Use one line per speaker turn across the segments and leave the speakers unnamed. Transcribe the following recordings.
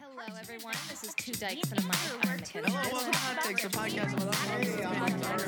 Hello, everyone. This is Two Dykes and a Mic. I'm Michaela.
Hello, welcome to Hot Takes, the podcast with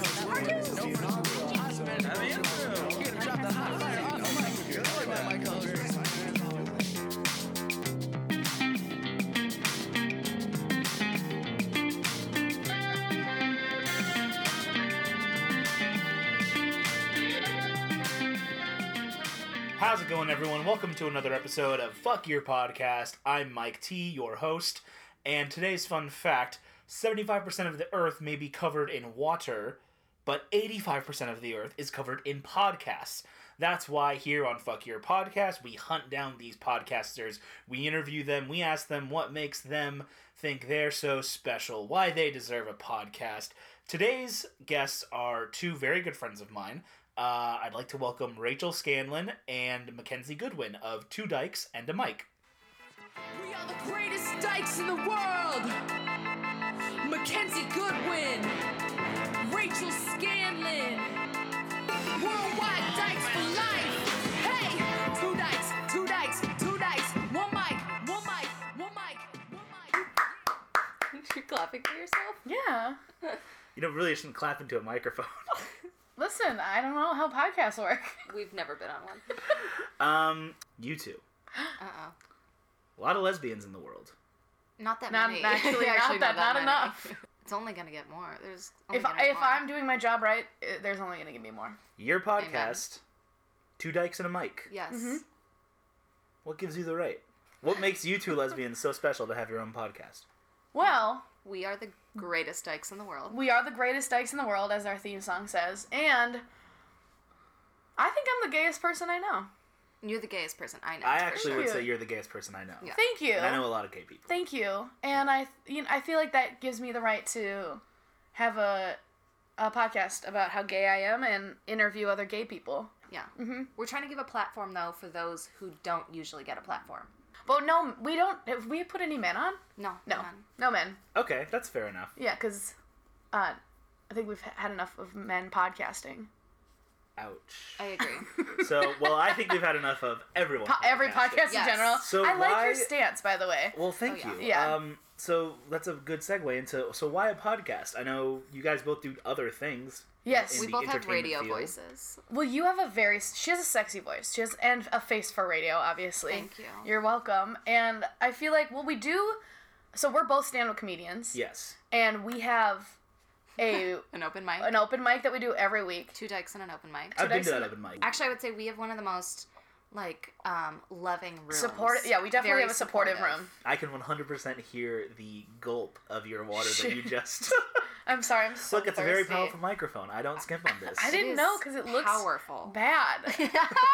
How's it going, everyone? Welcome to another episode of Fuck Your Podcast. I'm Mike T, your host, and today's fun fact 75% of the earth may be covered in water, but 85% of the earth is covered in podcasts. That's why here on Fuck Your Podcast, we hunt down these podcasters, we interview them, we ask them what makes them think they're so special, why they deserve a podcast. Today's guests are two very good friends of mine. Uh, I'd like to welcome Rachel Scanlon and Mackenzie Goodwin of Two Dykes and a Mic.
We are the greatest dykes in the world! Mackenzie Goodwin, Rachel Scanlon, Worldwide Dykes for Life! Hey! Two dykes, two dykes, two dykes, one mic, one mic, one mic, one mic.
You're clapping for yourself?
Yeah.
You know, really shouldn't clap into a microphone.
Listen, I don't know how podcasts work.
We've never been on one.
um, you two.
Uh oh.
A lot of lesbians in the world.
Not that
Not
many.
actually, actually,
that-
not, not
many.
enough.
It's only gonna get more. There's only
If
gonna
I,
get
if
more.
I'm doing my job right, uh, there's only gonna give me more.
Your podcast, Two Dykes and a Mic.
yes,
What gives you the right? What makes you two lesbians so special to have your own podcast?
Well,
we are the greatest dykes in the world.
we are the greatest dykes in the world, as our theme song says, and I think I'm the gayest person I know.
You're the gayest person I know.
I
for
actually
sure.
would
Cute.
say you're the gayest person I know.
Yeah.
Thank you.
And I know a lot of gay people.
Thank you. And I, th- you know, I feel like that gives me the right to have a a podcast about how gay I am and interview other gay people.
yeah.
Mm-hmm.
We're trying to give a platform though for those who don't usually get a platform.
But no, we don't. Have we put any men on?
No,
No,
none.
no men.
Okay, that's fair enough.
Yeah, because uh, I think we've had enough of men podcasting.
Ouch.
I agree.
So, well, I think we've had enough of everyone.
Po- Every podcast
Yes.
in general.
So
I like
why-
your stance, by the way.
Well, thank
Oh, yeah.
you.
Yeah.
Um, so that's a good segue into so why a podcast? I know you guys both do other things.
Yes.
we
the
both have
entertainment
radio
field.
voices.
Well, you have a very. She has a sexy voice. She has and a face for radio, obviously.
Thank you.
You're welcome. And I feel like well, we do. So we're both stand-up comedians.
Yes.
And we have a
An open mic.
an open mic that we do every week.
Two dykes and an open mic.
I've been
I
to that
say-
open mic.
Actually, I would say we have one of the most like um loving rooms.
Support. Yeah, we definitely
Very
have a supportive, room.
I can 100% hear the gulp of your water that you just.
I'm sorry. I'm so
Look, it's a very
thirsty.
powerful microphone. I don't skimp on this.
I
It
didn't
is
know because it looks
powerful.
bad.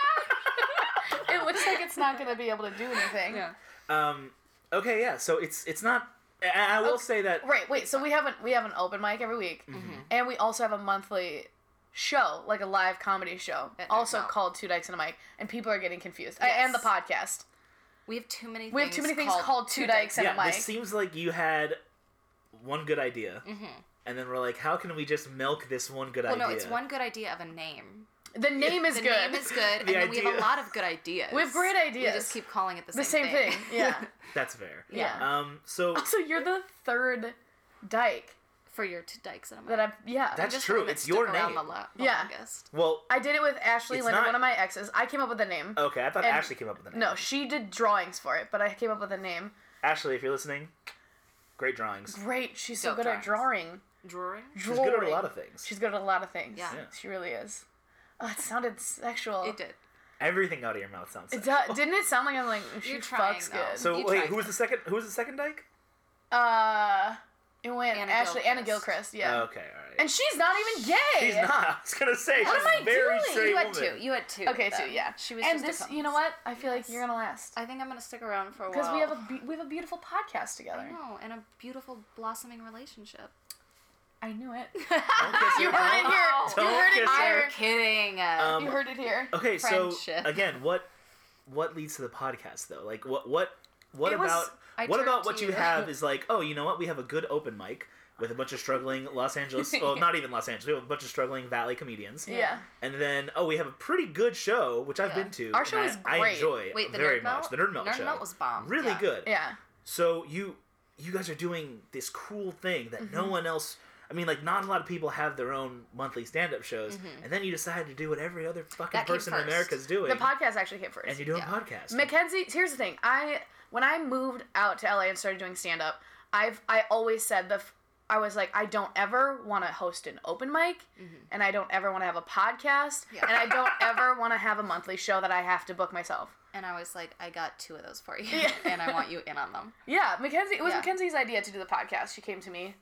it looks like it's not going to be able to do anything.
Yeah.
Um, okay, yeah. So it's it's not. and I will
Okay,
say that
Right. Wait. So we have an we have an open mic every week,
Mm-hmm.
Mm-hmm.
and we also have a monthly show, like a live comedy show,
At
also
Night Out.
called Two Dykes and a Mic, and people are getting confused. I-
Yes.
and the podcast.
We have too many.
We have too many things called, Two Dykes and
yeah,
a Mic.
this seems like you had one good idea,
Mm-hmm.
and then we're like, how can we just milk this one good
Well,
idea?
no, it's one good idea of a name.
the name is
the
good.
name is good, and
The
then we have a
idea.
lot of good ideas.
We have great ideas.
We just keep calling it the same,
the same thing. Yeah.
That's fair.
Yeah.
Um. So
so you're the third dyke
For your two dykes and a mic.
that I've. Yeah.
That's-
Just the
true,
one that
it's your
stuck around
name.
The lo- the
Yeah.
longest.
well,
I did it with Ashley
It's
Lynn,
not- Oh.
one of my exes. I came up with a name.
okay. I thought
And-
Ashley came up with the name.
No, she did drawings for it, but I came up with a name.
Ashley, if you're listening, great drawings.
Great, she's so
Dope
good at drawing.
Drawing.
She's good at a lot of things.
She's good at a lot of things.
Yeah.
Yeah.
she really is. Oh, it sounded sexual.
It did.
Everything out of your mouth sounds.
It
sexual.
do- didn't it sound like I'm like she
You're trying,
fucks
though.
good?
So
You
wait,
tried
who was the second? Who was the second dyke?
uh, it went
Anna
Ashley Anna
Gilchrist.
Gilchrist, yeah.
Okay, all right.
And she's not even gay.
Oh. she's not. I was gonna say she's
am I
a very
doing?
straight
You had
woman.
two. You had two.
Okay,
of
too.
them.
Yeah,
She was.
And
just
this,
a
you know
couple.
what? I feel like you're gonna last
I think I'm gonna stick around for a while
because we have a be- we have a beautiful podcast together. I,
No, and a beautiful blossoming relationship.
knew it.
Don't kiss her.
You heard it here.
Don't
you heard
kiss
it
her.
here.
kidding.
Um,
You heard it here.
Okay,
Friendship.
so again, what what leads to the podcast though? Like what what what
It was-
about
I
what
turned
about
to
what you
you.
have is like, oh, you know what? We have a good open mic with a bunch of struggling Los Angeles, well, not even Los Angeles, we have a bunch of struggling Valley comedians.
Yeah.
And then, oh, we have a pretty good show, which I've
Yeah.
been to.
Our
and
show
I,
is
I
great.
enjoy
Wait, the
very
Nerd
much.
Melt?
The Nerd Melt
Nerd
show.
Melt was bomb,
Really
yeah.
good.
Yeah.
So you you guys are doing this cool thing that no
Mm-hmm.
one else. I mean, like not a lot of people have their own monthly stand-up shows, and then you decide to do what every other fucking
Mm-hmm. That came
person in
first.
America is doing,
The podcast actually came first.
and you do
yeah.
a podcast.
Mackenzie, here's the thing. I when I moved out to LA and started doing stand up, I've I always said the f- I was like I don't ever want to host an open mic and I don't ever want to have a podcast
Mm-hmm. Yeah.
and I don't ever want to have a monthly show that I have to book myself.
And I was like, I got two of those for you,
Yeah.
and I want you in on them.
Yeah, Mackenzie, it was
Yeah.
Mackenzie's idea to do the podcast. She came to me.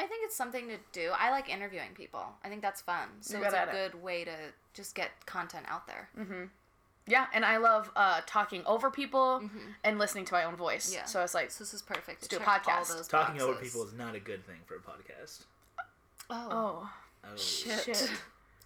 I think it's something to do. I like interviewing people. I think that's fun. So
You're
it's
good
a
at it. Mm.
good way to just get content out there.
Yeah, and I love uh, talking over people and listening to my own voice.
Mm-hmm. Yeah.
So I was like,
So this is perfect. to
do a
check all
podcast.
those
Talking over
boxes.
people is not a good thing for a podcast.
Oh,
oh
Oh.
shit.
shit.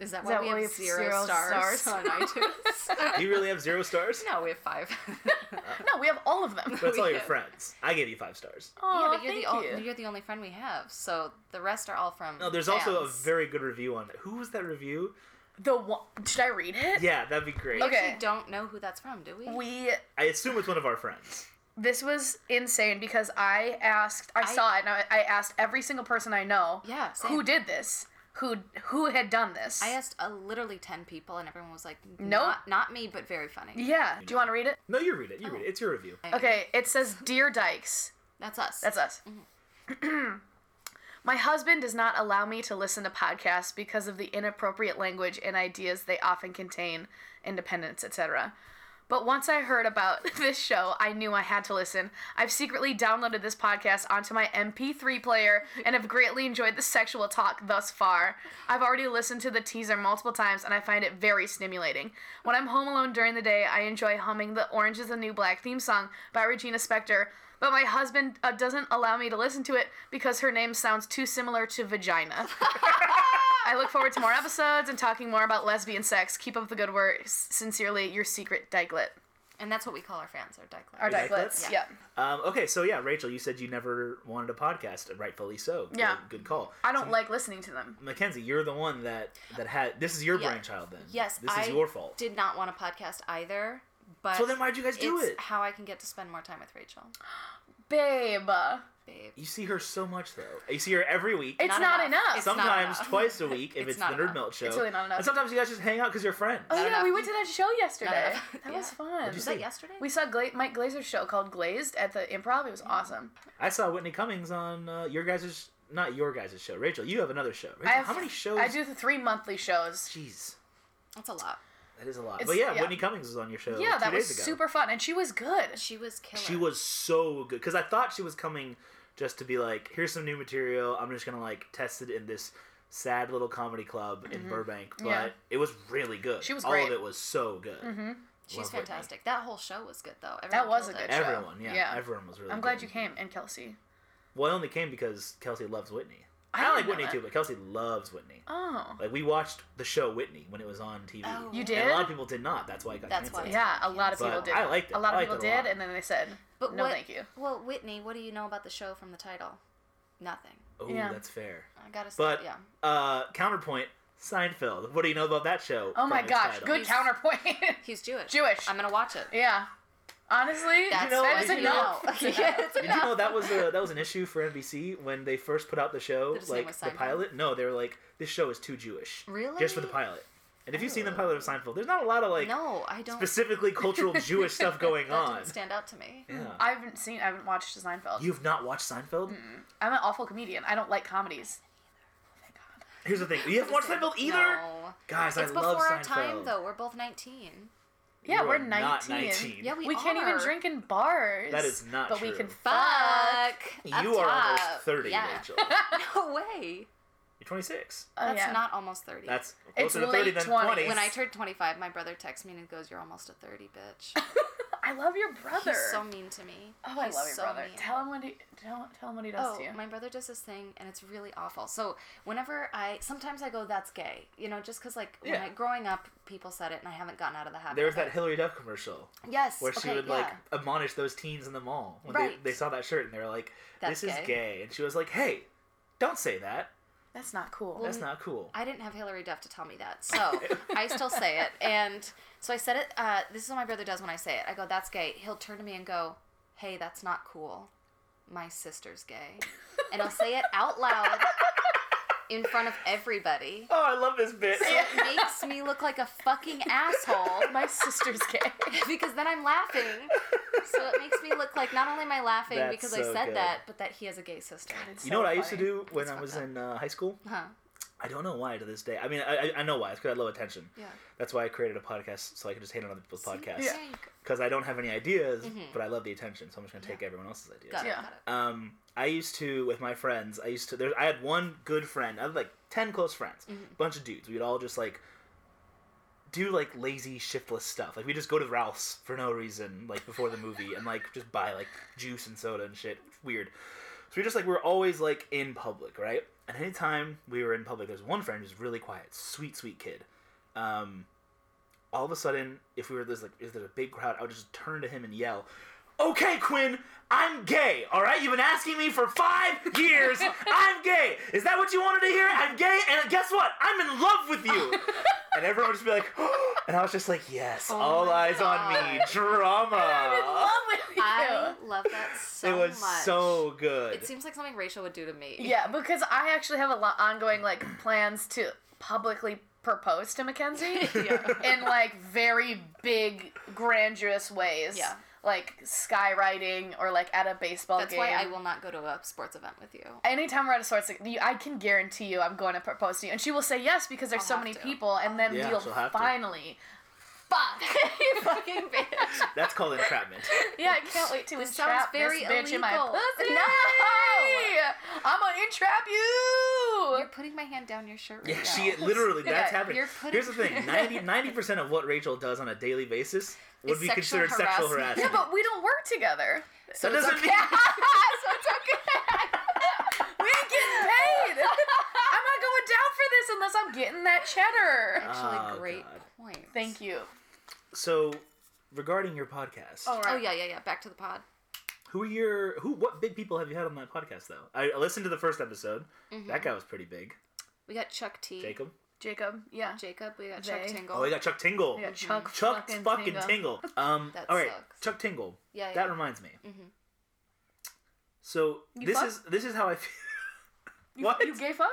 Is that
Is
why
that
we
why
have
we have
zero,
zero
stars,
stars?
on iTunes?
Do you really have zero stars?
no, we have five.
no, we have all of them.
That's all
we
your
have-
friends. I gave you five stars.
Oh,
yeah, but you're
thank
the only
you.
are the only friend we have. So the rest are all from.
No, there's also a
fans.
very good review on it. Who was that review?
The one, should I read it?
Yeah, that'd be great.
We actually
okay.
don't know who that's from, do we?
We
I assume it's one of our friends.
this was insane because I asked, I, saw it, and I, I asked every single person I know,
Yeah, same.
who did this, who who had done this.
I asked uh, literally ten people, and everyone was like,
Nope.
not, not me, but very funny."
yeah, do you want to read it?
No, you read it. You read it. It's your review.
Okay, it says, "Dear Dykes,
That's us.
That's us.
Mm-hmm.
My husband does not allow me to listen to podcasts because of the inappropriate language and ideas they often contain, independence, etc. But once I heard about this show, I knew I had to listen. I've secretly downloaded this podcast onto my MP3 player and have greatly enjoyed the sexual talk thus far. I've already listened to the teaser multiple times and I find it very stimulating. When I'm home alone during the day, I enjoy humming the Orange is the New Black theme song by Regina Spektor, but my husband uh, doesn't allow me to listen to it because her name sounds too similar to vagina. I look forward to more episodes and talking more about lesbian sex. Keep up the good work. S- Sincerely, your secret dykelet.
and that's what we call our fans, our dyke.
Our
Your
dykelets.
dykelets?
Yeah.
Um, okay, so yeah, Rachel, you said you never wanted a podcast, and rightfully so. Good-
Yeah.
Good, call.
I don't like listening to them.
Mackenzie, you're the one that that had this is your
Yeah.
brainchild then.
Yes,
This
I
is your fault.
Did not want a podcast either, but
So then why'd you guys do
it's
it?
How I can get to spend more time with Rachel,
Babe.
babe.
You see her so much though. You see her every week.
It's not, enough.
It's not
sometimes
enough.
twice a week if
It's
it's, the
not
Nerd
enough.
Melt show.
It's really not enough.
And sometimes you guys just hang out because you're friends.
oh, yeah,
enough.
we went to that show yesterday.
enough.
That
Yeah.
was fun.
What'd
Was
you
that
see?
yesterday?
We saw Gla- Mike Glazer's show called Glazed at the improv. It
Mm.
was awesome.
I saw Whitney Cummings on uh, your guys' not your guys' show. Rachel, you have another show. Rachel,
I have,
how many shows?
I do the three monthly shows.
Jeez,
That's a lot.
that is a lot.
It's-
But yeah,
yeah.
Whitney Cummings was on your show.
Yeah,
two
that was
days ago.
super fun. And she was good.
She was killer.
She was so good because I thought she was coming just to be like, here's some new material. I'm just gonna like test it in this sad little comedy club in Burbank, but
Mm-hmm. Yeah.
it was really good.
She was
all
great. Mm-hmm.
of it was so good.
She's
Love Whitney.
fantastic. That whole show was good though. Everyone
That was
killed
a
it.
good show.
Everyone, yeah,
Yeah.
everyone was really.
I'm glad
good.
you came, and Kelsey.
Well, I only came because Kelsey loves Whitney.
I
I,
didn't
like
know
Whitney
that.
too, but Kelsey loves Whitney.
Oh.
Like we watched the show Whitney when it was on TV.
Oh.
You
And a lot
did?
of people did not. That's why it got
That's why.
canceled.
Yeah, a lot of
But
people did.
I liked it.
A lot
I
of
liked
people
it a lot.
did, and then they said,
But
"No,
what,
thank you."
Well, Whitney, what do you know about the show from the title? Nothing.
Oh,
Yeah.
that's fair.
I gotta say,
But
yeah.
uh, counterpoint Seinfeld. What do you know about that show?
Oh my
From its
gosh,
title?
good counterpoint.
He's Jewish.
Jewish.
I'm gonna watch it.
yeah, honestly,
That's
know
that
what
is
I do?
enough.
yeah, it's
Did you know that was a, that was an issue for NBC when they first put out the show,
They just
like
named it
the
Seinfeld.
pilot? No, they were like, this show is too Jewish.
Really? Oh.
Just for the pilot. And if you've seen the pilot of Seinfeld, there's not a lot of like
no, I don't.
specifically cultural Jewish stuff going
that
on.
didn't stand out to me.
Yeah.
I haven't seen. I haven't watched Seinfeld.
You've not watched Seinfeld?
I'm an awful comedian. I don't like comedies. Thank God.
Here's the thing: you haven't watched Seinfeld either.
No.
Guys,
It's
I
before
love
our
Seinfeld.
time, though. We're both 19.
Yeah,
You
we're
are not
19.
19.
Yeah, we,
We can't even
are.
drink in bars.
That is not
But we
true.
can
Fuck.
fuck.
Up
You are
top.
almost thirty,
Yeah.
Rachel.
No way.
You're 26.
Oh,
That's
yeah.
not almost 30.
That's
It's
closer to 30
late
than
20s.
20.
when I turned 25, my brother texts me and goes, "You're almost a 30, bitch."
I love your brother.
He's so mean to me.
oh, I
He's
love your
so
brother.
mean.
Tell him what he tell, tell him what he does
Oh,
to you.
my brother does this thing, and it's really awful. So whenever I, sometimes I go, "That's gay," you know, just because like when
Yeah.
I, growing up, people said it, and I haven't gotten out of the habit.
there was
of
that
it.
Hillary Duff commercial
yes,
where
okay,
she would
yeah.
like admonish those teens in the mall when
Right.
they, they saw that shirt and they were like,
That's
"This
gay."
is gay," and she was like, "Hey, don't say that.
That's not cool.
That's not cool."
I didn't have Hillary Duff to tell me that, so I still say it. And so I said it. Uh, this is what my brother does when I say it. I go, "That's gay." He'll turn to me and go, hey, that's not cool. My sister's gay. And I'll say it out loud in front of everybody.
Oh, I love this bit.
It makes me look like a fucking asshole
My sister's gay.
because then I'm laughing. So it makes me look like not only am I laughing
That's
because I
so
said
good.
that, but that he has a gay sister.
You know what I used to
funny.
do when I was in uh, high school?
Huh.
I don't know why to this day. I mean, I, I- I know why. It's because I love attention.
Yeah.
That's why I created a podcast so I can just hate on other people's podcasts.
Yeah. you go-
Because I don't have any ideas, but I love the attention, so I'm just gonna take everyone else's ideas.
Got it.
Yeah.
Got it.
um, I used to with my friends. I used to there. I had one good friend. I had like ten close friends, bunch of dudes. We'd all just like do like lazy shiftless stuff. Like we just go to Ralph's for no reason, like before the movie, and like just buy like juice and soda and shit. Weird. So we just like we were always like in public, right? And anytime we were in public, there's one friend who's really quiet, sweet sweet kid. Um, all of a sudden, if we were there's like if there's a big crowd, I would just turn to him and yell, Okay, Quinn, I'm gay. All right, you've been asking me for five years. I'm gay. Is that what you wanted to hear? I'm gay, and guess what? I'm in love with you. and everyone would just be like, and I was just like, yes,
Oh
all eyes on me, drama.
I love that so
it was
much.
so good.
It seems like something Rachel would do to me.
Yeah, because I actually have a lot ongoing like plans to publicly propose to Mackenzie in like very big, grandiose ways.
Yeah.
Like skywriting or like at a baseball
That's
game.
why I will not go to a sports event with you.
Anytime we're at a sports, like, you- I can guarantee you I'm going to propose to you, and she will say yes because there's
I'll
so
have
many
to.
people, and then
Yeah,
we'll
she'll have to.
finally. Fuck!
you fucking bitch.
That's called entrapment.
yeah, I can't wait to
This sounds
entrap
very
this bitch in my
illegal.
pussy.
Yay!
No, I'm gonna entrap you.
You're putting my hand down your shirt right
Yeah,
now.
she literally
Yeah,
that's happening.
you're putting-
Here's the thing: 90 percent of what Rachel does on a daily basis would
Is
be
sexual
considered sexual
harassment.
harassment.
yeah, but we don't work together.
so
that
it's
doesn't
okay.
mean
so it's okay. we ain't getting paid. I'm not going down for this unless I'm getting that cheddar.
Actually,
Oh,
great
God.
point.
Thank you.
So, regarding your podcast,
All right.
Oh yeah, yeah, yeah. Back to the pod.
who are your who? What big people have you had on that podcast though? I I listened to the first episode. That guy was pretty big.
We got Chuck T.
Jacob.
Jacob. Yeah.
Jacob, we got
They.
Chuck Tingle.
Oh, we got Chuck Tingle.
Yeah, Chuck,
Chuck
fucking,
fucking,
Tingle.
Tingle. Um,
That
all right,
sucks.
Chuck Tingle.
Yeah,
That
yeah.
reminds me. So
You
this
fuck?
is this is how I feel.
You,
What?
you gay fuck?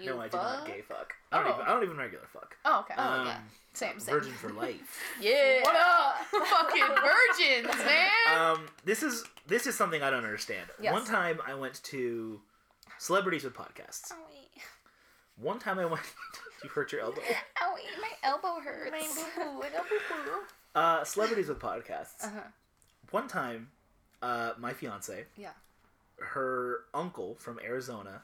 You
no, I do not
fuck.
gay fuck. I don't,
Oh.
even, I don't even regular fuck.
Oh, okay.
Oh, yeah.
Um,
same, same.
Virgin for life.
Yeah. What up? fucking virgins, man.
um, this is this is something I don't understand.
Yes.
One time I went to celebrities with
Oh,
podcasts.
Owie.
One time I went. you hurt your elbow.
Owie, my elbow hurts.
Uh, celebrities with podcasts.
Uh-huh.
One time, uh, my fiance,
Yeah.
her uncle from Arizona,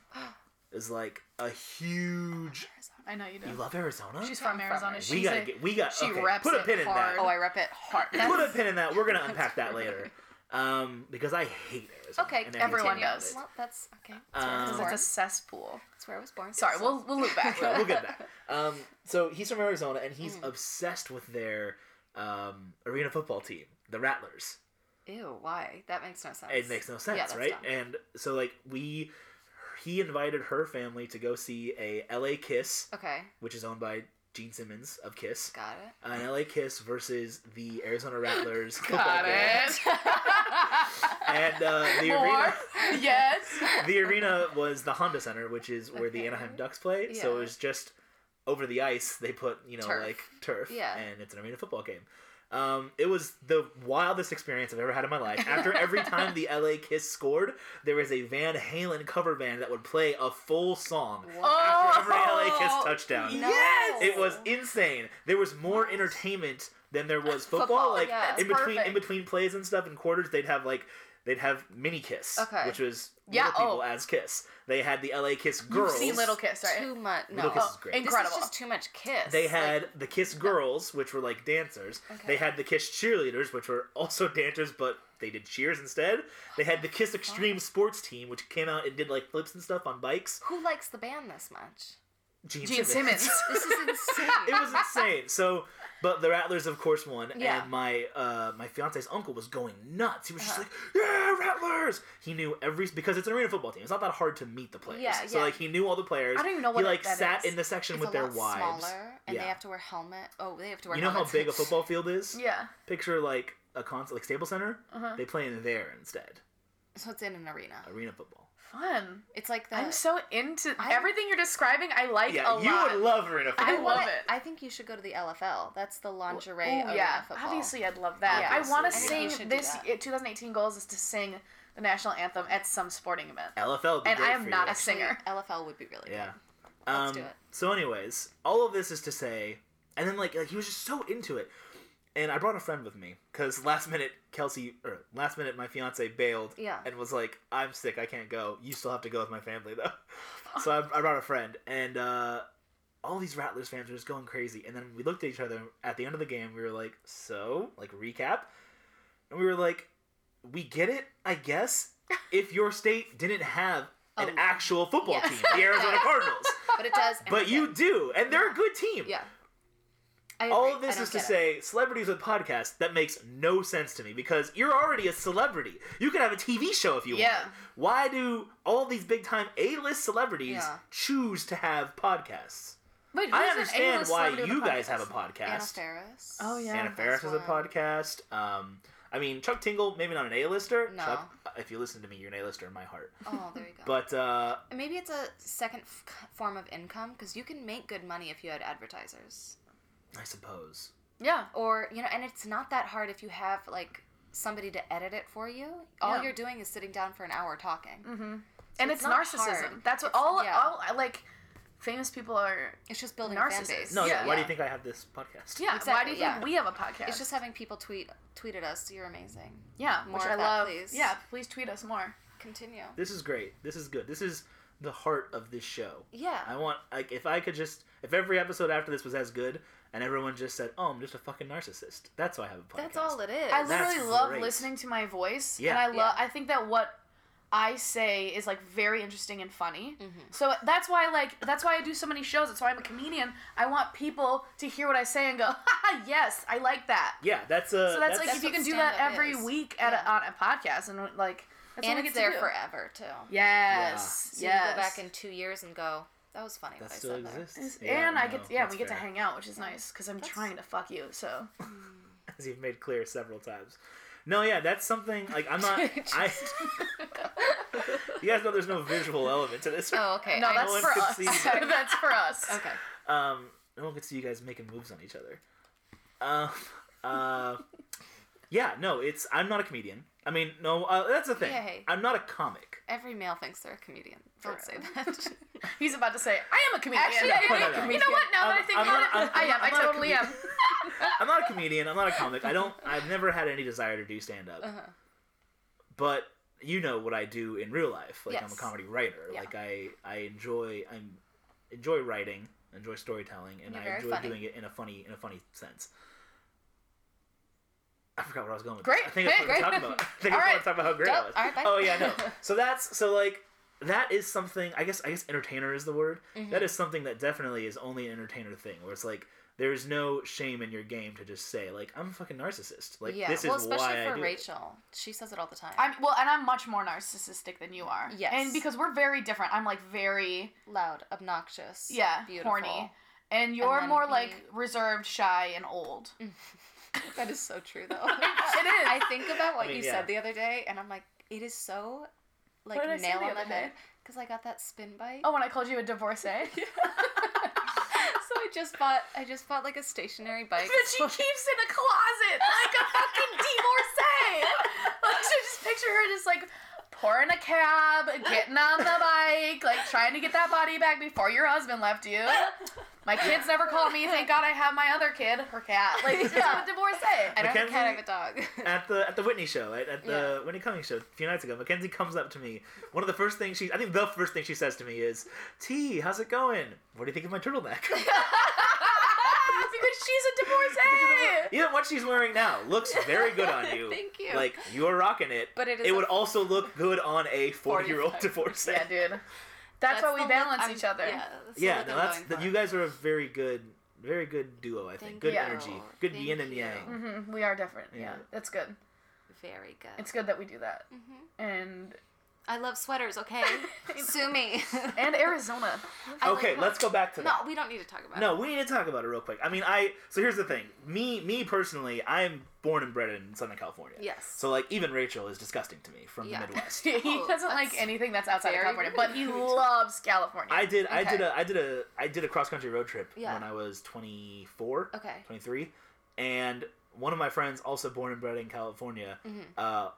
is like a huge.
I know you do.
You love Arizona?
She's from Arizona. She's
we gotta
a,
get. We got.
she
okay,
reps
put a
it
pin in
hard.
that.
Oh, I rep it hard.
put a pin in that. We're gonna unpack that later. Um, because I hate Arizona.
Okay,
and everything
everyone
about
does.
it.
Well, that's okay. That's, where, I was
Um,
Because
born.
it's a cesspool.
That's where I was born.
Sorry, we'll, we'll loop back.
Well, we'll get back. Um, so he's from Arizona, and he's obsessed with their um, arena football team, the Rattlers.
Ew, why? That makes no sense.
It makes no sense,
that's
right?
dumb.
And so, like, we he invited her family to go see a LA Kiss,
Okay,
which is owned by Gene Simmons of Kiss.
got it.
An LA Kiss versus the Arizona Rattlers. football
Got
game.
it.
And uh, the
More.
arena,
yes.
the arena was the Honda Center, which is where the Anaheim Ducks play. So
Yeah.
it was just over the ice. They put you know
Turf.
like turf,
Yeah.
and it's an arena football game. Um, it was the wildest experience I've ever had in my life. After every time the LA Kiss scored, there was a Van Halen cover band that would play a full song after
Oh!
every LA Kiss
Oh,
touchdown.
Yes!
It was insane. There was more entertainment than there was football.
Football,
like
yeah.
in
That's
between
perfect.
in between plays and stuff and quarters, they'd have like they'd have mini kiss,
Okay.
which was
Yeah,
little people
oh.
as kiss. They had the LA Kiss girls.
You've seen Little Kiss, right?
Too much. No.
Little Kiss is great.
This is
Incredible.
just too much kiss.
They
Like,
had the Kiss girls, which were like dancers. They had the Kiss cheerleaders, which were also dancers, but they did cheers instead. They had the Kiss Extreme Sports team, which came out and did like flips and stuff on bikes.
who likes the band this much?
Gene,
Gene Simmons.
This is insane.
it was insane. So, but the Rattlers, of course, won,
Yeah.
and my uh, my fiance's uncle was going nuts. He was
Uh-huh.
just like, "Yeah, Rattlers!" He knew every because it's an arena football team. It's not that hard to meet the players.
Yeah,
So
yeah.
like he knew all the players.
I don't even know
He
what
like
that
sat
is.
in the section
It's
with
a
their
lot
wives.
smaller, and
Yeah.
they have to wear helmet. Oh, they have to wear.
you know how
helmets.
big a football field is?
Yeah. Uh-huh.
Picture like a concert like Staples Center, they play in there instead.
So it's in an arena.
Arena football.
Fun.
It's like the.
I'm so into
I-
everything you're describing. I like
Yeah,
a
you
lot.
would love arena
I
football.
love
wanna-
it.
I think you should go to the LFL. That's the lingerie
Ooh,
arena
yeah,
football.
obviously I'd love that. I want to
Obviously.
I
sing
think we should do
this
that.
eh, 2018 goals is to sing the national anthem at some sporting event.
LFL. Would be
And
great
I am
for
not
you.
a singer.
LFL would be really
Yeah. Um,
Let's do it.
So, anyways, all of this is to say, and then like like he was just so into it, and I brought a friend with me because last minute Kelsey or last minute my fiance bailed.
Yeah.
And was like, I'm sick, I can't go. You still have to go with my family though. so I, I brought a friend, and uh, all these Rattlers fans were just going crazy. And then we looked at each other at the end of the game. We were like, so like recap, and we were like, we get it, I guess. If your state didn't have an
Oh.
actual football
Yeah.
team, the Arizona Cardinals
good. But it does. and
but
we
you
did.
do, and they're a good team.
Yeah. I agree.
All of this
I
is to
don't get it.
say, celebrities with podcasts, that makes no sense to me because you're already a celebrity. You could have a TV show if you
Yeah.
want. Why do all these big time A list celebrities
Yeah.
choose to have podcasts?
Wait,
I
who's an
understand
A-list
why
celebrity with
you
a
guys
podcast?
have a
Anna
podcast.
Faris.
Oh, yeah.
Anna
that's
Ferris has a
why.
podcast. Um, I mean, Chuck Tingle, maybe not an A lister.
No.
Chuck, if you listen to me, you're an A lister in my heart.
Oh, there you go.
But uh,
Maybe it's a second f- form of income because you can make good money if you had advertisers.
I suppose.
Yeah.
Or, you know, and it's not that hard if you have like somebody to edit it for you. All
Yeah.
you're doing is sitting down for an hour talking.
and
it's
it's,
not
narcissism.
hard.
That's what all
yeah.
all I- like famous people are.
It's just building a fan
Narcissists.
base.
No, yeah.
Yeah.
Why do you think I have this podcast?
Yeah. why do
Exactly,
you
yeah.
think we have a podcast?
It's just having people tweet tweet at us. You're amazing.
yeah,
more
which
of
I
that,
love.
please.
Yeah, please tweet us more.
Continue.
This is great. This is good. This is the heart of this show.
Yeah.
I want like if I could just if every episode after this was as good and everyone just said, "Oh, I'm just a fucking narcissist." That's why I have a podcast.
That's all it is.
I
That's
literally love
great.
listening to my voice,
Yeah.
and I love. I think that what I say is like very interesting and funny.
Mm-hmm.
So that's why, like, that's why I do so many shows. That's why I'm a comedian. I want people to hear what I say and go, "Ha, "Ha yes, I like that."
Yeah, that's a
So that's, like
That's
if you
what
can do that
stand-up
every
is.
week at a,
Yeah.
on a podcast and like that's
and
what we get
it's there
to do.
forever too.
Yes.
So you
yes.
can go back in two years and go, that was funny.
that
what I
still
said there."
exists.
uh, and I
no,
get yeah,
that's
we get to
fair.
hang out, which is nice because I'm trying to fuck you. So
as you've made clear several times. No, yeah, that's something like I'm not I You guys know there's no visual element to this.
Oh, okay.
no,
I-
that's
one
for
could
us.
see that.
that's for us.
okay.
Um no one could see you guys making moves on each other. Um uh Yeah, no, it's I'm not a comedian. I mean, no, uh, that's the thing.
Yay.
I'm not a comic.
Every male thinks they're a comedian. Don't say that.
He's about to say, "I am a comedian."
Actually,
I am a
You know what? Now that I
I'm-
think
I'm
about
not-
it,
I'm-
I
I'm
am.
not-
I
I'm not a
totally am.
I'm not a comedian. I'm not a comic. I don't. I've never had any desire to do stand up.
Uh-huh.
But you know what I do in real life. Like I'm a
Yes.
comedy writer. Like I I enjoy I enjoy writing, enjoy storytelling, and
You're
I
very
enjoy
funny.
doing it in a funny in a funny sense. I forgot what I was going with.
Great.
This. I think that's
Hey,
what we're
great.
talking about. I think that's what
right.
we're talking about how great I
Yep.
was.
All right, bye.
Oh yeah, no. So that's so like that is something I guess I guess entertainer is the word.
Mm-hmm.
That is something that definitely is only an entertainer thing where it's like there's no shame in your game to just say like I'm a fucking narcissist. Like
yeah.
this is
well, especially
why I
for
do it.
Rachel. She says it all the time.
I'm well, and I'm much more narcissistic than you are.
Yes.
And because we're very different, I'm like very
Loud, obnoxious.
yeah
Beautiful.
horny, and Mm-hmm. you're
then
more
you-
like reserved, shy, and old.
That is so true, though.
It is.
I think about what
I mean,
you
yeah.
said the other day, and I'm like, it is so like
What did I say
nail
the
on the
other day?
head because I got that spin bike.
Oh, when I called you a divorcee.
so I just bought I just bought like a stationary bike.
that she keeps in a closet like a fucking divorcee. Like, so just picture her just like pouring a cab, getting on the bike, like trying to get that body back before your husband left you. My kids never called me. Thank God I have my other kid, her cat. Like she's a divorcee.
I don't have a cat, I
Mackenzie-
have a dog.
at the at the Whitney show, at, at the Whitney Cummings show a few nights ago, Mackenzie comes up to me. One of the first things she, I think the first thing she says to me is, "T, how's it going? What do you think of my turtleneck?"
because she's a divorcee.
Even what she's wearing now looks very good on you.
Thank you.
Like you are rocking it.
But it is
It would
a-
also look good on a forty-year-old
45.
divorcee.
Yeah, dude. That's, why
the
we
look
balance
I'm-
each other.
Yeah, that's the
Yeah,
look
no,
I'm
that's
going
that.
for.
You guys are a very good, very good duo. I think
Thank
good
you.
energy, good
Thank
yin and
you. Mm-hmm.
yang.
Mhm, we are different. Yeah.
Yeah.
that's good.
Very good.
It's good that we do that. And
I love sweaters. Okay, sue me.
and Arizona.
I like
Okay,
how-
let's go back to
No,
that.
we don't need to talk about.
No, we need to talk about it real quick. I mean, I so here's the thing. Me, me personally, I'm born and bred in Southern California.
Yes.
So like even Rachel is disgusting to me from
Yeah.
the Midwest.
he
Oh,
doesn't like
that's
anything that's outside of
very
California, but he loves California.
I did I did
Okay.
a I did a I did a cross country road trip
Yeah.
when I was 24,
Okay.
23, and one of my friends also born and bred in California.
Mm-hmm.
Uh,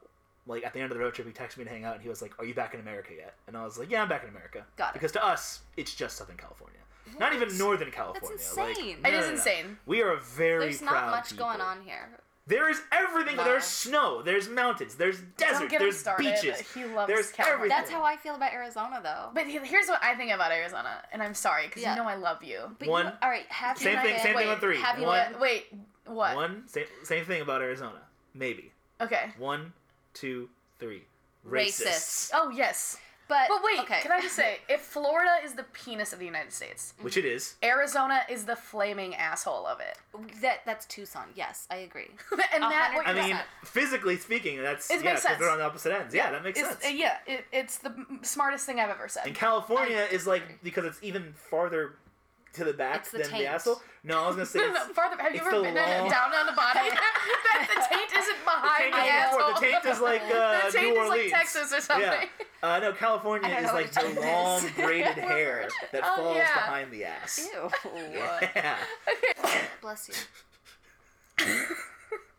like at the end of the road trip, he texted me to hang out, and he was like, "Are you back in America yet?" And I was like, "Yeah, I'm back in America."
Got it.
Because to us, it's just Southern California, not even Northern California. Like,
insane.
It is insane.
We are a very
There's not
proud
much
people.
going on here.
There is everything.
No.
There's snow. There's mountains. There's desert.
get him
There's
started.
beaches.
He loves
there's
California.
everything.
That's how I feel about Arizona, though.
But he- here's what I think about Arizona, and I'm sorry because
Yeah.
you know I love you.
But
One-
You, all right, have
Same
you
thing-
been-
same thing
wait,
with three.
Have you
One-
been-
Wait, what?
One same, same thing about Arizona. Maybe
Okay.
one, two, three.
Racist.
Oh yes.
But,
But wait,
okay.
can I just say, if Florida is the penis of the United States,
which it is.
Arizona is the flaming asshole of it,
That that's Tucson. Yes, I agree.
and
A
that
hundred
what
I
you're
mean,
saying
physically speaking, that's
It
yeah,
makes
'cause they're
sense.
on the opposite ends. Yeah, that makes
is-
sense.
uh, yeah, it, it's the m- smartest thing I've ever said.
and California is like because it's even farther to the back
It's the
than the
taint.
asshole. No, I was gonna say
No, no,
it's-
no, farther. Have you
it's
ever
the
been in-
long-
down on the body? that the taint isn't behind
the
the
taint is,
asshole.
the taint is like uh,
The taint
New
is like
Orleans,
Texas or something.
Yeah, uh, no, California
I don't
is
know
like
what
the
the taint is.
long braided hair that
Oh,
falls
yeah.
behind the ass.
Ew.
Yeah.
Bless you.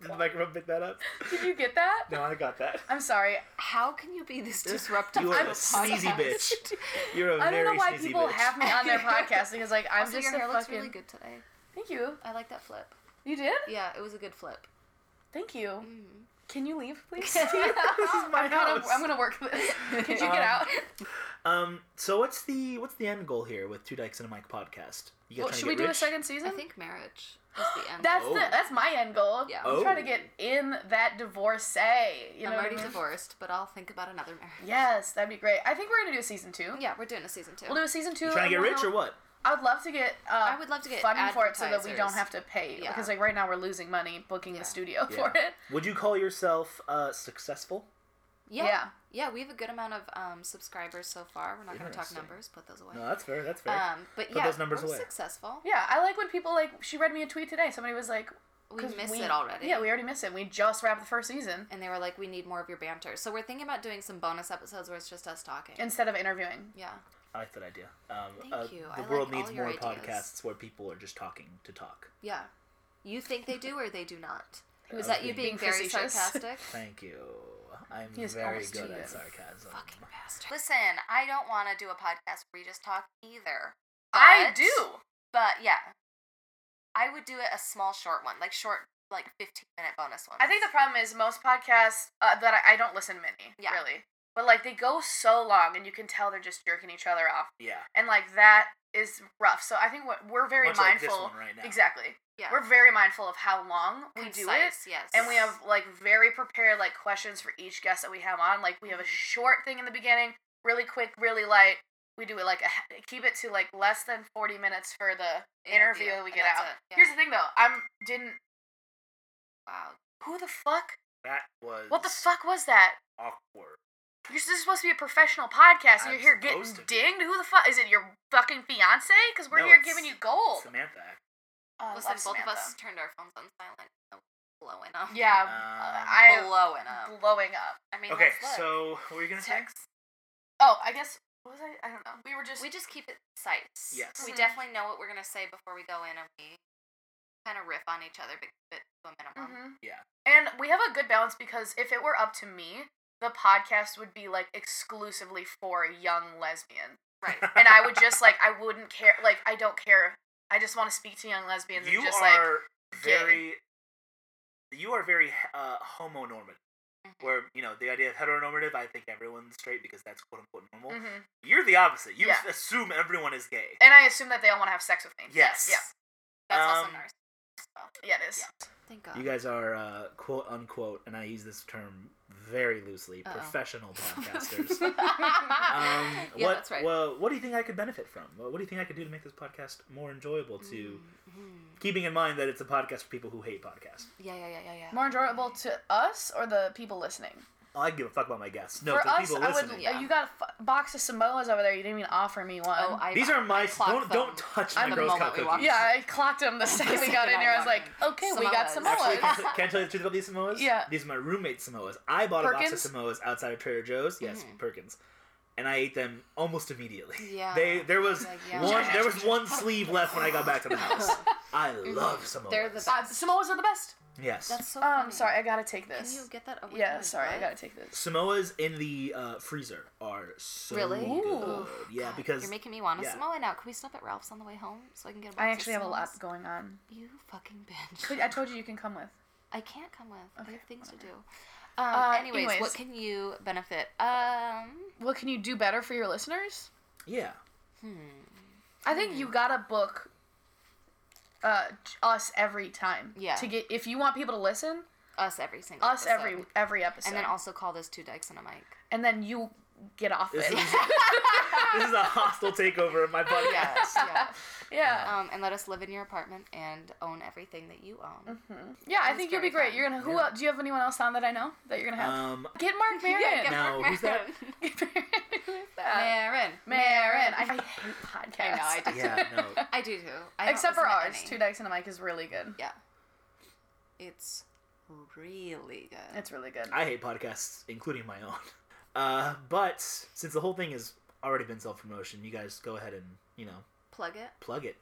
Did the microphone pick that up?
Did you get that?
No, I got that.
I'm sorry.
How can you be this disruptive?
You are
on
a
a
sneezy bitch.
podcast?
You're a
I don't
very
know why
sneezy
people
bitch.
have me on their podcast because, like, I'm
Also,
just
your
a
hair looks
fucking.
really good today.
Thank you.
I like that flip.
You did?
Yeah, it was a good flip.
Thank you. Can you leave, please?
this is my
I'm gonna,
house.
I'm gonna work this. Could you get out?
Um, so what's the what's the end goal here with Two Dykes and a Mic podcast? You guys
Well,
trying to
should we
get
do a
rich?
second season?
I think marriage is the end.
that's
Oh.
the that's my end goal.
Yeah.
I'm trying to
Oh.
get in that divorcee. You know
I'm
what I
already
mean?
divorced, but I'll think about another marriage.
Yes, that'd be great. I think we're gonna do a season two.
Yeah, we're doing a season two.
We'll do a season two.
You trying to get
and we'll
rich
have-
or what?
I would love to get. Uh,
I would love to get
funding for it so that we don't
advertisers.
have to pay
Yeah.
because like right now we're losing money booking
Yeah.
the studio
Yeah.
for it.
Would you call yourself uh, successful?
yeah. yeah.
yeah.
we have a good amount of um, subscribers so far. We're not going to talk
Interesting.
numbers. Put those away.
No, that's fair. That's fair.
um, but
Put
yeah,
those numbers
we're
away.
successful.
Yeah, I like when people like. She read me a tweet today. Somebody was like,
We
'cause
miss it already.
Yeah, we already missed it. We just wrapped the first season
and they were like, "We need more of your banter." So we're thinking about doing some bonus episodes where it's just us talking.
instead of interviewing.
yeah,
I like that idea. Um,
Thank
uh,
you.
The
I like
world
all
needs
your
more
ideas.
podcasts where people are just talking to talk.
yeah. You think they do or they do not?
Who
Is that you being,
Being
very
facetious.
sarcastic?
Thank you. I'm
He is
very
almost
good
to
at
you.
sarcasm.
bastard. Listen, I don't want to do a podcast where you just talk either.
I
But-
do.
But yeah, I would do it a small, short one, like short, like fifteen minute bonus one.
I think the problem is most podcasts uh, that I, I don't listen to many
Yeah.
really, but like they go so long and you can tell they're just jerking each other off,
Yeah.
and like that is rough. So I think what we're very
Much like this
mindful.
one right now.
Exactly.
yeah.
We're very mindful of how long we do it.
Concise, Yes,
And we have like very prepared like questions for each guest that we have on. Like we have a
Mm-hmm.
short thing in the beginning, really quick, really light. We do it like a, keep it to like less than forty minutes for the interview, that we
and
get
that's
out.
it, yeah.
Here's the thing though, I'm didn't
wow.
who the fuck?
That was
What the fuck was that?
awkward.
You're, this is supposed to be a professional podcast,
I'm
and you're here getting
supposed to be.
dinged. Who the fuck is it? Your fucking fiance? Because we're
No,
here
it's-
giving you gold.
Samantha.
Oh, I
Listen,
love
both of us
Samantha.
turned our phones on silent. and Blowing up.
Yeah,
Um,
I am
blowing up.
blowing up.
I mean,
Okay,
let's look.
so what were you gonna say?
text.
Oh, I guess what was I? I don't know. We were just
We just keep it concise.
Yes.
We
Mhm.
definitely know what we're gonna say before we go in, and we kind of riff on each other, but keep it to a minimum.
Mhm.
Yeah.
And we have a good balance because if it were up to me, the podcast would be like exclusively for young lesbians.
Right.
And I would just like I wouldn't care like I don't care. I just want to speak to young lesbians
you
and just like
are
gay.
very you are very uh, homonormative
Mhm.
Mm-hmm.
where you know the idea of heteronormative i think everyone's straight because that's quote unquote normal
Mhm.
you're the opposite you
Yeah.
assume everyone is gay
And I assume that they all want to have sex with me.
yes
Yeah.
That's also
Um,
nice.
Yeah, it is.
Thank God.
you guys are uh, quote unquote and i use this term very loosely
Uh-oh.
professional podcasters um,
yeah,
what,
that's right.
well, what do you think I could benefit from? What, what do you think I could do to make this podcast more enjoyable? To
Mhm.
keeping in mind that it's a podcast for people who hate podcasts.
Yeah, yeah, yeah, yeah, yeah.
More enjoyable to us or the people listening?
I give a fuck about my guests. No,
For
to the
us,
people
I would. uh,
listening.
yeah.
You got a f- box of Samoas over there. You didn't even offer me one.
Oh, I,
These are my
clocked
don't
them.
don't touch
I'm
my
the
Girl Scout
moment we walked
cookies.
yeah, I clocked them the second we got in
second I
here. I was like,
walked in.
okay, we got
Samoas.
Actually,
Samoas.
can, can I tell you the truth about these Samoas?
Yeah.
These are my roommate's Samoas. I bought a box of Samoas outside of Trader Joe's. Yes, Perkins. And I ate them almost immediately.
Mm-hmm. Yeah.
They there was
Like, yeah.
one there was one sleeve left when I got back to the house. I love Samoas.
They're the best.
Uh, Samoas are the best.
yes.
That's so.
Um,
funny.
sorry, I gotta take
Can
this.
you get that? Away
yeah,
from me,
sorry, I
what?
gotta take this.
Samoas in the uh, freezer are so
Really?
good.
Ooh.
Yeah, because
You're making me want a
yeah.
Samoa now. Can we stop at Ralph's on the way home so I can get a box
I
of
actually have a lot
Samoas?
going on.
You fucking bitch.
Could- I told you you can come with.
I can't come with. I have things to do. Um,
Uh,
anyways,
anyways.
what can you benefit? Um,
What can you do better for your listeners?
yeah.
I think
Mm-hmm.
you gotta book uh, j- us every time.
Yeah.
To get if you want people to listen,
us every single.
us
episode.
every every episode,
And then also call those two dykes on a mic.
and then you get off
This
it.
is, this is a hostile takeover of my podcast.
Yes. yeah.
yeah.
Um, and let us live in your apartment and own everything that you own.
Mm-hmm. Yeah, I
It's
think you'll be
very
great.
fun.
You're gonna who
Yeah.
else do you have anyone else on that I know that you're gonna have?
Um,
get Mark Maron.
get
No,
Mark
who's that?
Maron.
Get Maron. Who is that?
Marin.
Marin. I hate podcasts.
I know. I do.
yeah, no.
I do too. I don't
Except for
listen to
ours.
any.
Two Dykes and a Mic is really good.
Yeah. It's really good.
It's really good.
I hate podcasts, including my own. Uh, but since the whole thing has already been self promotion, you guys go ahead and, you know,
Plug it.
plug it.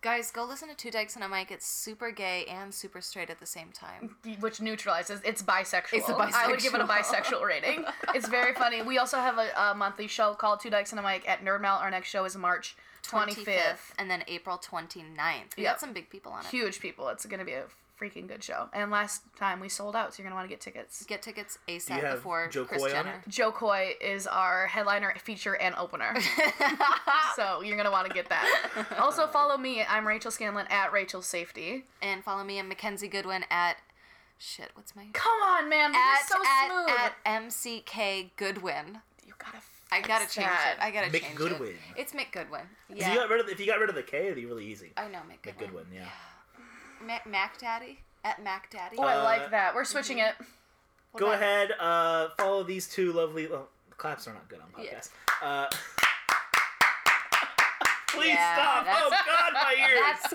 Guys, go listen to Two Dykes and a Mic. It's super gay and super straight at the same time.
which neutralizes it's bisexual.
It's a
I would give it a
bisexual.
bisexual rating. it's very funny. We also have a, a monthly show called Two Dykes and a Mic at Nerd Mile. Our next show is March 25th.
And then April 29th. We
Yep.
got some big people on it.
Huge people. It's going to be a freaking good show. And last time we sold out, so you're going to want to get tickets.
Get tickets
Do
ASAP
you have
before
Joe
Chris
Coy on
Jenner.
Joe Coy is our headliner, feature, and opener. so you're going to want to get that. Also, follow me. I'm Rachel Scanlon at Rachel Safety.
and follow me at Mackenzie Goodwin at shit, what's my
Come on, man. This
at,
is so smooth.
at, at MCK Goodwin.
you got to
I gotta change
that.
it. I gotta
Mick
change
Goodwin.
it. It's Mick Goodwin.
If,
Yeah.
you got rid of, if you got rid of the K, it'd be really easy.
I know Mick
Mick
Goodwin.
Goodwin, yeah.
Ma- Mac Daddy at Mac Daddy.
Oh, I
Uh,
like that. We're switching it.
What
Go
about-
ahead, uh, follow these two lovely. Well, claps are not good on
Yeah.
podcasts. Uh, please
Yeah,
stop!
that's-
Oh God, my ears!
That's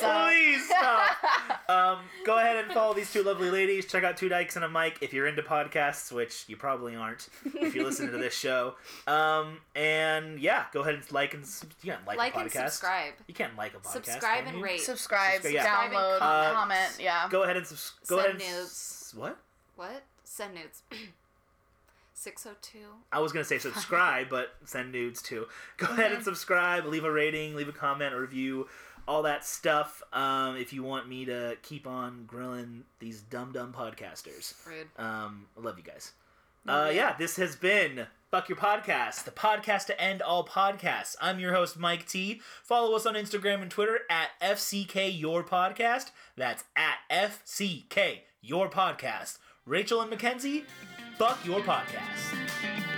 suck.
Please stop. um, go ahead and follow these two lovely ladies. Check out Two Dykes and a Mic if you're into podcasts, which you probably aren't if you're listening to this show. Um, and yeah, go ahead and like and sub- you can't like,
Like
a podcast.
and subscribe.
You can't like a podcast.
Subscribe
can
and
you?
rate.
subscribe,
Subscribe, yeah.
download,
Subscribe
comment.
and comment.
Yeah.
Go ahead and subs- go ahead
Send
and
nudes.
s- what?
What? Send nudes. 602.
I was gonna say subscribe, but send nudes too. Go ahead and subscribe, leave a rating, leave a comment, a review, all that stuff. Um, if you want me to keep on grilling these dumb dumb podcasters,
Rude.
um, I love you guys. Uh, yeah, this has been Fuck Your Podcast, the podcast to end all podcasts. I'm your host, Mike T. Follow us on Instagram and Twitter at FCK Your Podcast. That's at FCK Your Podcast. Rachel and Mackenzie, fuck your podcast.